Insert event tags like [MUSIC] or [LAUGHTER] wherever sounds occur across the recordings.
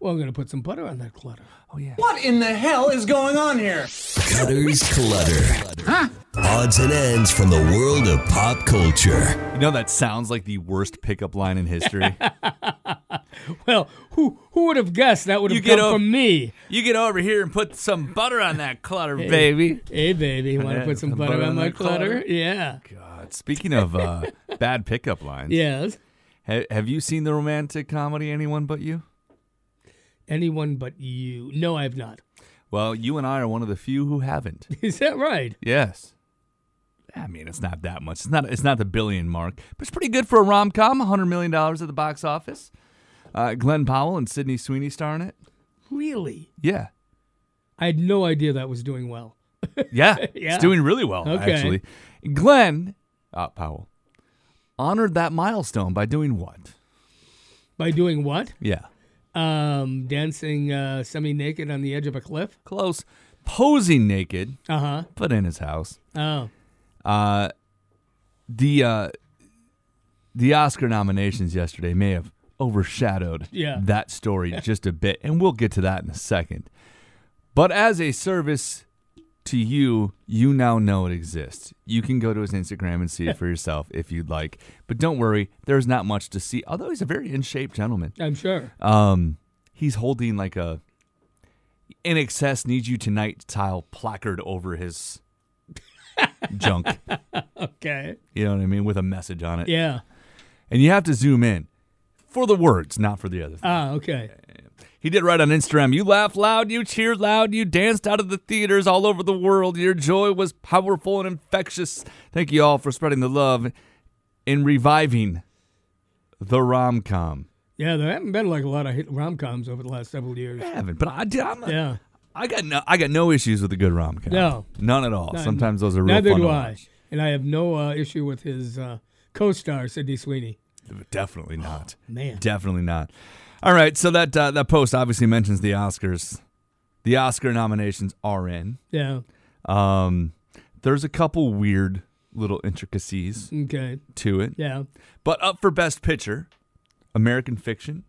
Well, I'm going to put some butter on that clutter. Oh yeah. What in the hell is going on here? Cutter's Clutter. Odds and ends from the world of pop culture. You know that sounds like the worst pickup line in history. Well, who who would have guessed that would You have get come o- from me? you get over here and put some butter on that clutter, [LAUGHS] Hey, baby, you [LAUGHS] want Yeah, to put some some butter, on my that clutter? clutter. Yeah. God, speaking of uh, bad pickup lines, Yes. ha- have you seen the romantic comedy Anyone But You? Anyone but you. No, I have not. [LAUGHS] Well, you and I are one of the few who haven't. Is that right? Yes. I mean, it's not that much. It's not. It's not the billion mark, but it's pretty good for a rom com. hundred million dollars at the box office. Uh, Glenn Powell and Sidney Sweeney star in it. Really? Yeah, I had no idea that was doing well. [LAUGHS] yeah, Yeah. It's doing really well Okay. actually. Glenn uh, Powell honored that milestone by doing what? By doing what? Yeah, Um, dancing uh, semi naked on the edge of a cliff? close. Posing naked, Uh huh. but in his house. Oh. Uh, the uh, the Oscar nominations yesterday may have overshadowed Yeah. that story just a bit, and we'll get to that in a second. But as a service to you, you now know it exists. You can go to his Instagram and see it [LAUGHS] for yourself if you'd like. But don't worry, there's not much to see. Although he's a very in shape gentleman. I'm sure. Um, he's holding like a in excess needs you tonight tile placard over [LAUGHS] his junk. Okay. You know what I mean? With a message on it. Yeah. And you have to zoom in for the words, not for the other. thing. Ah, okay. He did right on Instagram. You laughed loud, you cheered loud, you danced out of the theaters all over the world. Your joy was powerful and infectious. Thank you all for spreading the love and reviving the rom com. Yeah, there haven't been like a lot of hit rom coms over the last several years. I haven't, but I, dude, I'm a- Yeah. I got no, I got no issues with a good rom com. No. none at all. None. Sometimes those are real Neither fun do to I. watch. And I have no uh, issue with his uh, co star, Sidney Sweeney. Definitely not. Oh, man. definitely not. All right, so that uh, that post obviously mentions the Oscars. The Oscar nominations are in. Yeah. Um, there's a couple weird little intricacies Okay. to it, Yeah. but up for Best Picture, American Fiction.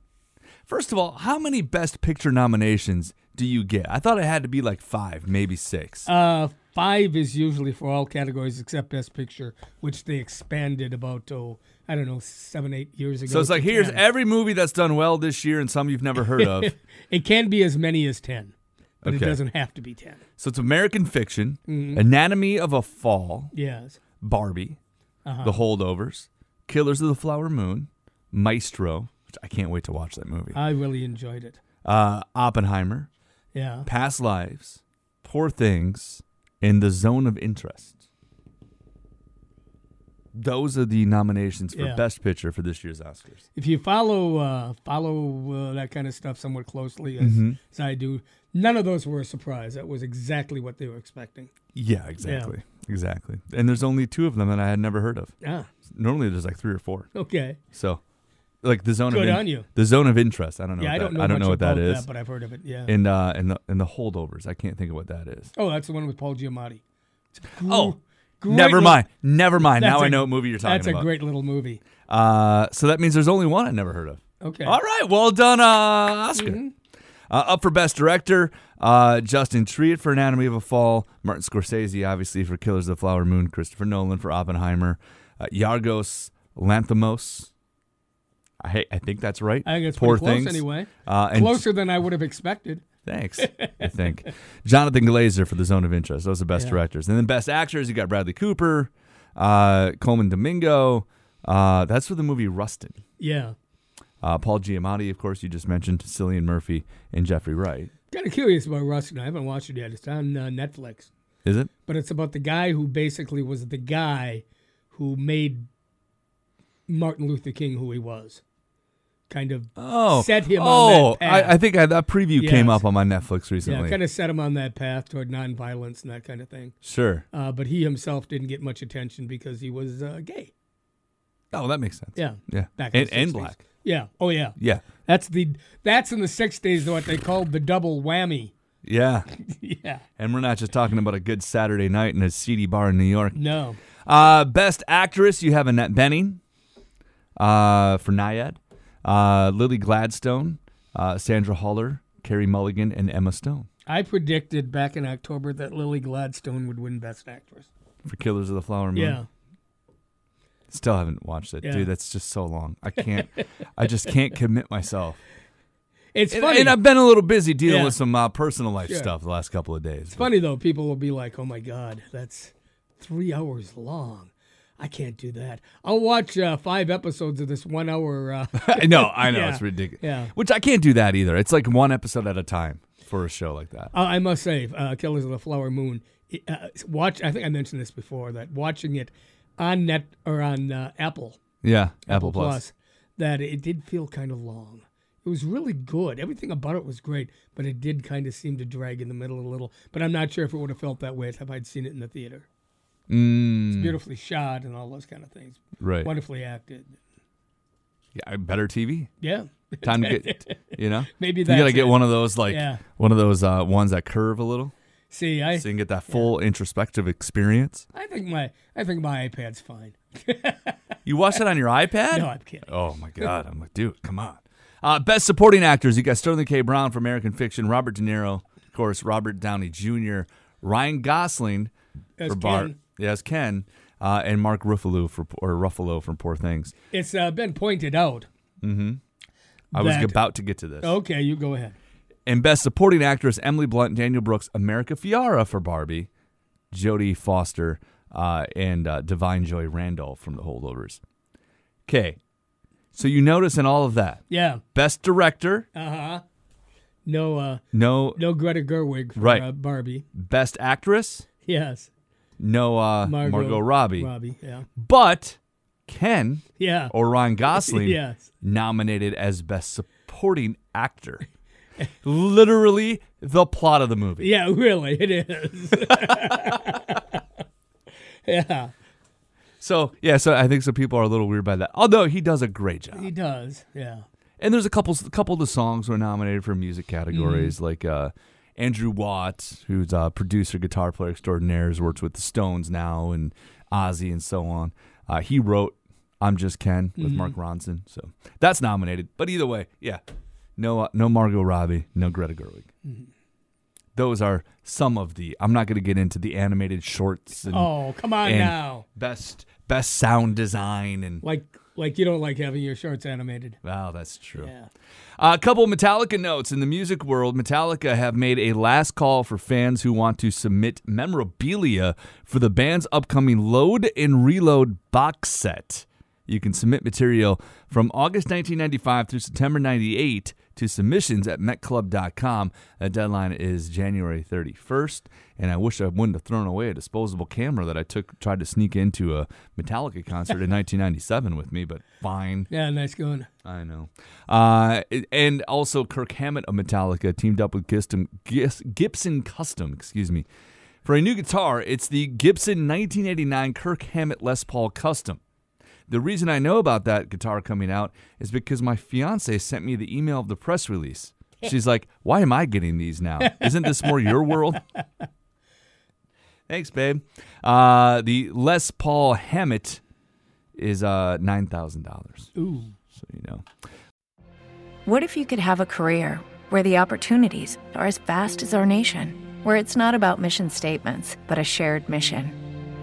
First of all, how many Best Picture nominations do you get? I thought it had to be like five, maybe six. Uh, five is usually for all categories except Best Picture, which they expanded about oh, I don't know, seven eight years ago. so it's to like here's 10. every movie that's done well this year and some you've never heard of. it can be as many as ten, [LAUGHS] but Okay. it doesn't Mm-hmm. have to be ten. so it's American Fiction, Anatomy of a Fall, Yes. Barbie, Uh-huh. The Holdovers, Killers of the Flower Moon, Maestro, which I can't wait to watch that movie, I really enjoyed it. uh, Oppenheimer, Yeah. Past Lives, Poor Things, and The Zone of Interest. Those are the nominations for Yeah. Best Picture for this year's Oscars. If you follow uh, follow uh, that kind of stuff somewhat closely as, Mm-hmm. as I do, none of those were a surprise. That was exactly what they were expecting. Yeah, exactly. Exactly. And there's only two of them that I had never heard of. Yeah. Normally there's like three or four. Ah, Okay. So, like the zone of Good on you. the zone of interest. I don't know. yeah, what I that- don't know. I don't much know what that about is. that, but I've heard of it. Yeah. and uh and the and the holdovers. I can't think of what that is. oh, that's the one with Paul Giamatti. It's a gr- Oh, great never little- mind. Never mind. That's Now I a- know what movie you're talking That's about. a great little movie. Uh, so that means there's only one I never heard of. Okay. All right. Well done, uh, Oscar. Uh, up for Best Director, uh, Justin Triet for Anatomy of a Fall, Martin Scorsese, obviously, for Killers of the Flower Moon, Christopher Nolan for Oppenheimer, uh, Yargos Lanthimos. I, hate, I think that's right. I think it's Poor pretty close things. anyway. Uh, and Closer than I would have expected. Thanks. I think Jonathan Glazer for The Zone of Interest. Those are the best Yeah. directors. And then best actors, you got Bradley Cooper, uh, Coleman Domingo. Uh, that's for the movie Rustin. Yeah. Uh, Paul Giamatti, of course, you just mentioned, Cillian Murphy and Jeffrey Wright. Kind of curious about Rustin. I haven't watched it yet. It's on uh, Netflix. Is it? But it's about the guy who basically was the guy who made Martin Luther King who he was. kind of Oh, set him oh, on that path. I, I think I, that preview Yes. came up on my Netflix recently. yeah, kind of set him on that path toward nonviolence and that kind of thing. Sure. Uh, but he himself didn't get much attention because he was uh, gay. Oh, that makes sense. Yeah. Yeah. Back in and, the and 60s. black. Yeah. Oh yeah. Yeah. That's the that's in the '60s what they called the double whammy. [LAUGHS] Yeah. yeah. And we're not just talking about a good Saturday night in a seedy bar in New York. [LAUGHS] No. Uh, best actress, you have Annette Benning uh, for Naiad, uh, Lily Gladstone, uh, Sandra Haller, Carrie Mulligan, and Emma Stone I predicted back in October that Lily Gladstone would win Best Actress. for Killers of the Flower Moon. Yeah. Still haven't watched it, Yeah. dude. That's just so long. [LAUGHS] I can't. I just can't commit myself. It's And, funny. and I've been a little busy dealing Yeah. with some uh, personal life Sure. stuff the last couple of days. It's funny though. People will be like, "Oh my God, that's three hours long. I can't do that. I'll watch uh, five episodes of this one hour." Uh, [LAUGHS] I know, I know, Yeah. it's ridiculous. Yeah. Which I can't do that either. It's like one episode at a time for a show like that. I I must say, uh, "Killers of the Flower Moon." it- Uh, watch. I think I mentioned this before that watching it on net or on uh, Apple Yeah, Apple, Plus. that it did feel kind of long. It was really good. Everything about it was great, but it did kind of seem to drag in the middle a little. But I'm not sure if it would have felt that way if I'd seen it in the theater. It's beautifully shot and all those kind of things. Mm. Right. Wonderfully acted. Yeah, better TV. Yeah. [LAUGHS] Time to get, you know, Maybe you gotta that's get it. one of those like Yeah. Eh, one of those uh, ones that curve a little, [LAUGHS] See, I so you can get that full introspective experience. I think my I think my iPad's fine. You watch it on your iPad? No, I'm [LAUGHS] kidding. Oh my God! I'm like, dude, come on. Uh, best supporting actors: you got Sterling K. Brown for American Fiction, Robert De Niro, of course, Robert Downey Jr., Ryan Gosling As for Bart, Ken. yeah, as Ken, uh, and Mark Ruffalo for or Ruffalo from Poor Things. It's uh, been pointed out. I was That- about to get to this. Okay, you go ahead. And best supporting actress: Emily Blunt, Daniel Brooks, America Fiara for Barbie, Jodie Foster, uh, and uh, Divine Joy Randolph from The Holdovers. Okay, so you notice in all of that, Yeah. best director. No uh No no Greta Gerwig for Right. uh, Barbie. Best Actress, Yes. no uh, Margot, Robbie. Robbie, yeah. But Ken Yeah. or [LAUGHS] Ryan Gosling Yes. nominated as Best Supporting Actor. [LAUGHS] Literally the plot of the movie. Yeah, really, it is. [LAUGHS] yeah, So yeah, so I think some people are a little weird by that. Although he does a great job. he does. Yeah. and there's a couple couple of the songs were nominated for music categories like uh, Andrew Watt, who's a producer, guitar player extraordinaire, has worked with the Stones now and Ozzy and so on. Uh, he wrote "I'm Just Ken" with Mark Ronson, so that's nominated. But either way, yeah, no uh, no Margot Robbie, no Greta Gerwig. Those are some of the. I'm not going to get into the animated shorts and, Oh, come on and now. best best sound design and Like, like you don't like having your shorts animated. wow, that's true. Uh, Yeah. A couple Metallica notes in the music world. Metallica have made a last call for fans who want to submit memorabilia for the band's upcoming Load and Reload box set. You can submit material from August 1995 through September 98 to submissions at metclub.com. That deadline is January 31st. And I wish I wouldn't have thrown away a disposable camera that I took tried to sneak into a Metallica concert in 1997 with me, but fine. Yeah, nice going. I know. Uh, and also, Kirk Hammett of Metallica teamed up with Gibson, Gis- Gibson Custom, excuse me, for a new guitar. It's the Gibson 1989 Kirk Hammett Les Paul Custom. The reason I know about that guitar coming out is because my fiance sent me the email of the press release. She's like, "Why am I getting these now? Isn't this more your world?" [LAUGHS] Thanks, babe. Uh, the Les Paul Hammett is uh, nine thousand dollars. Ooh. So you know. What if you could have a career where the opportunities are as vast as our nation, where it's not about mission statements, but a shared mission?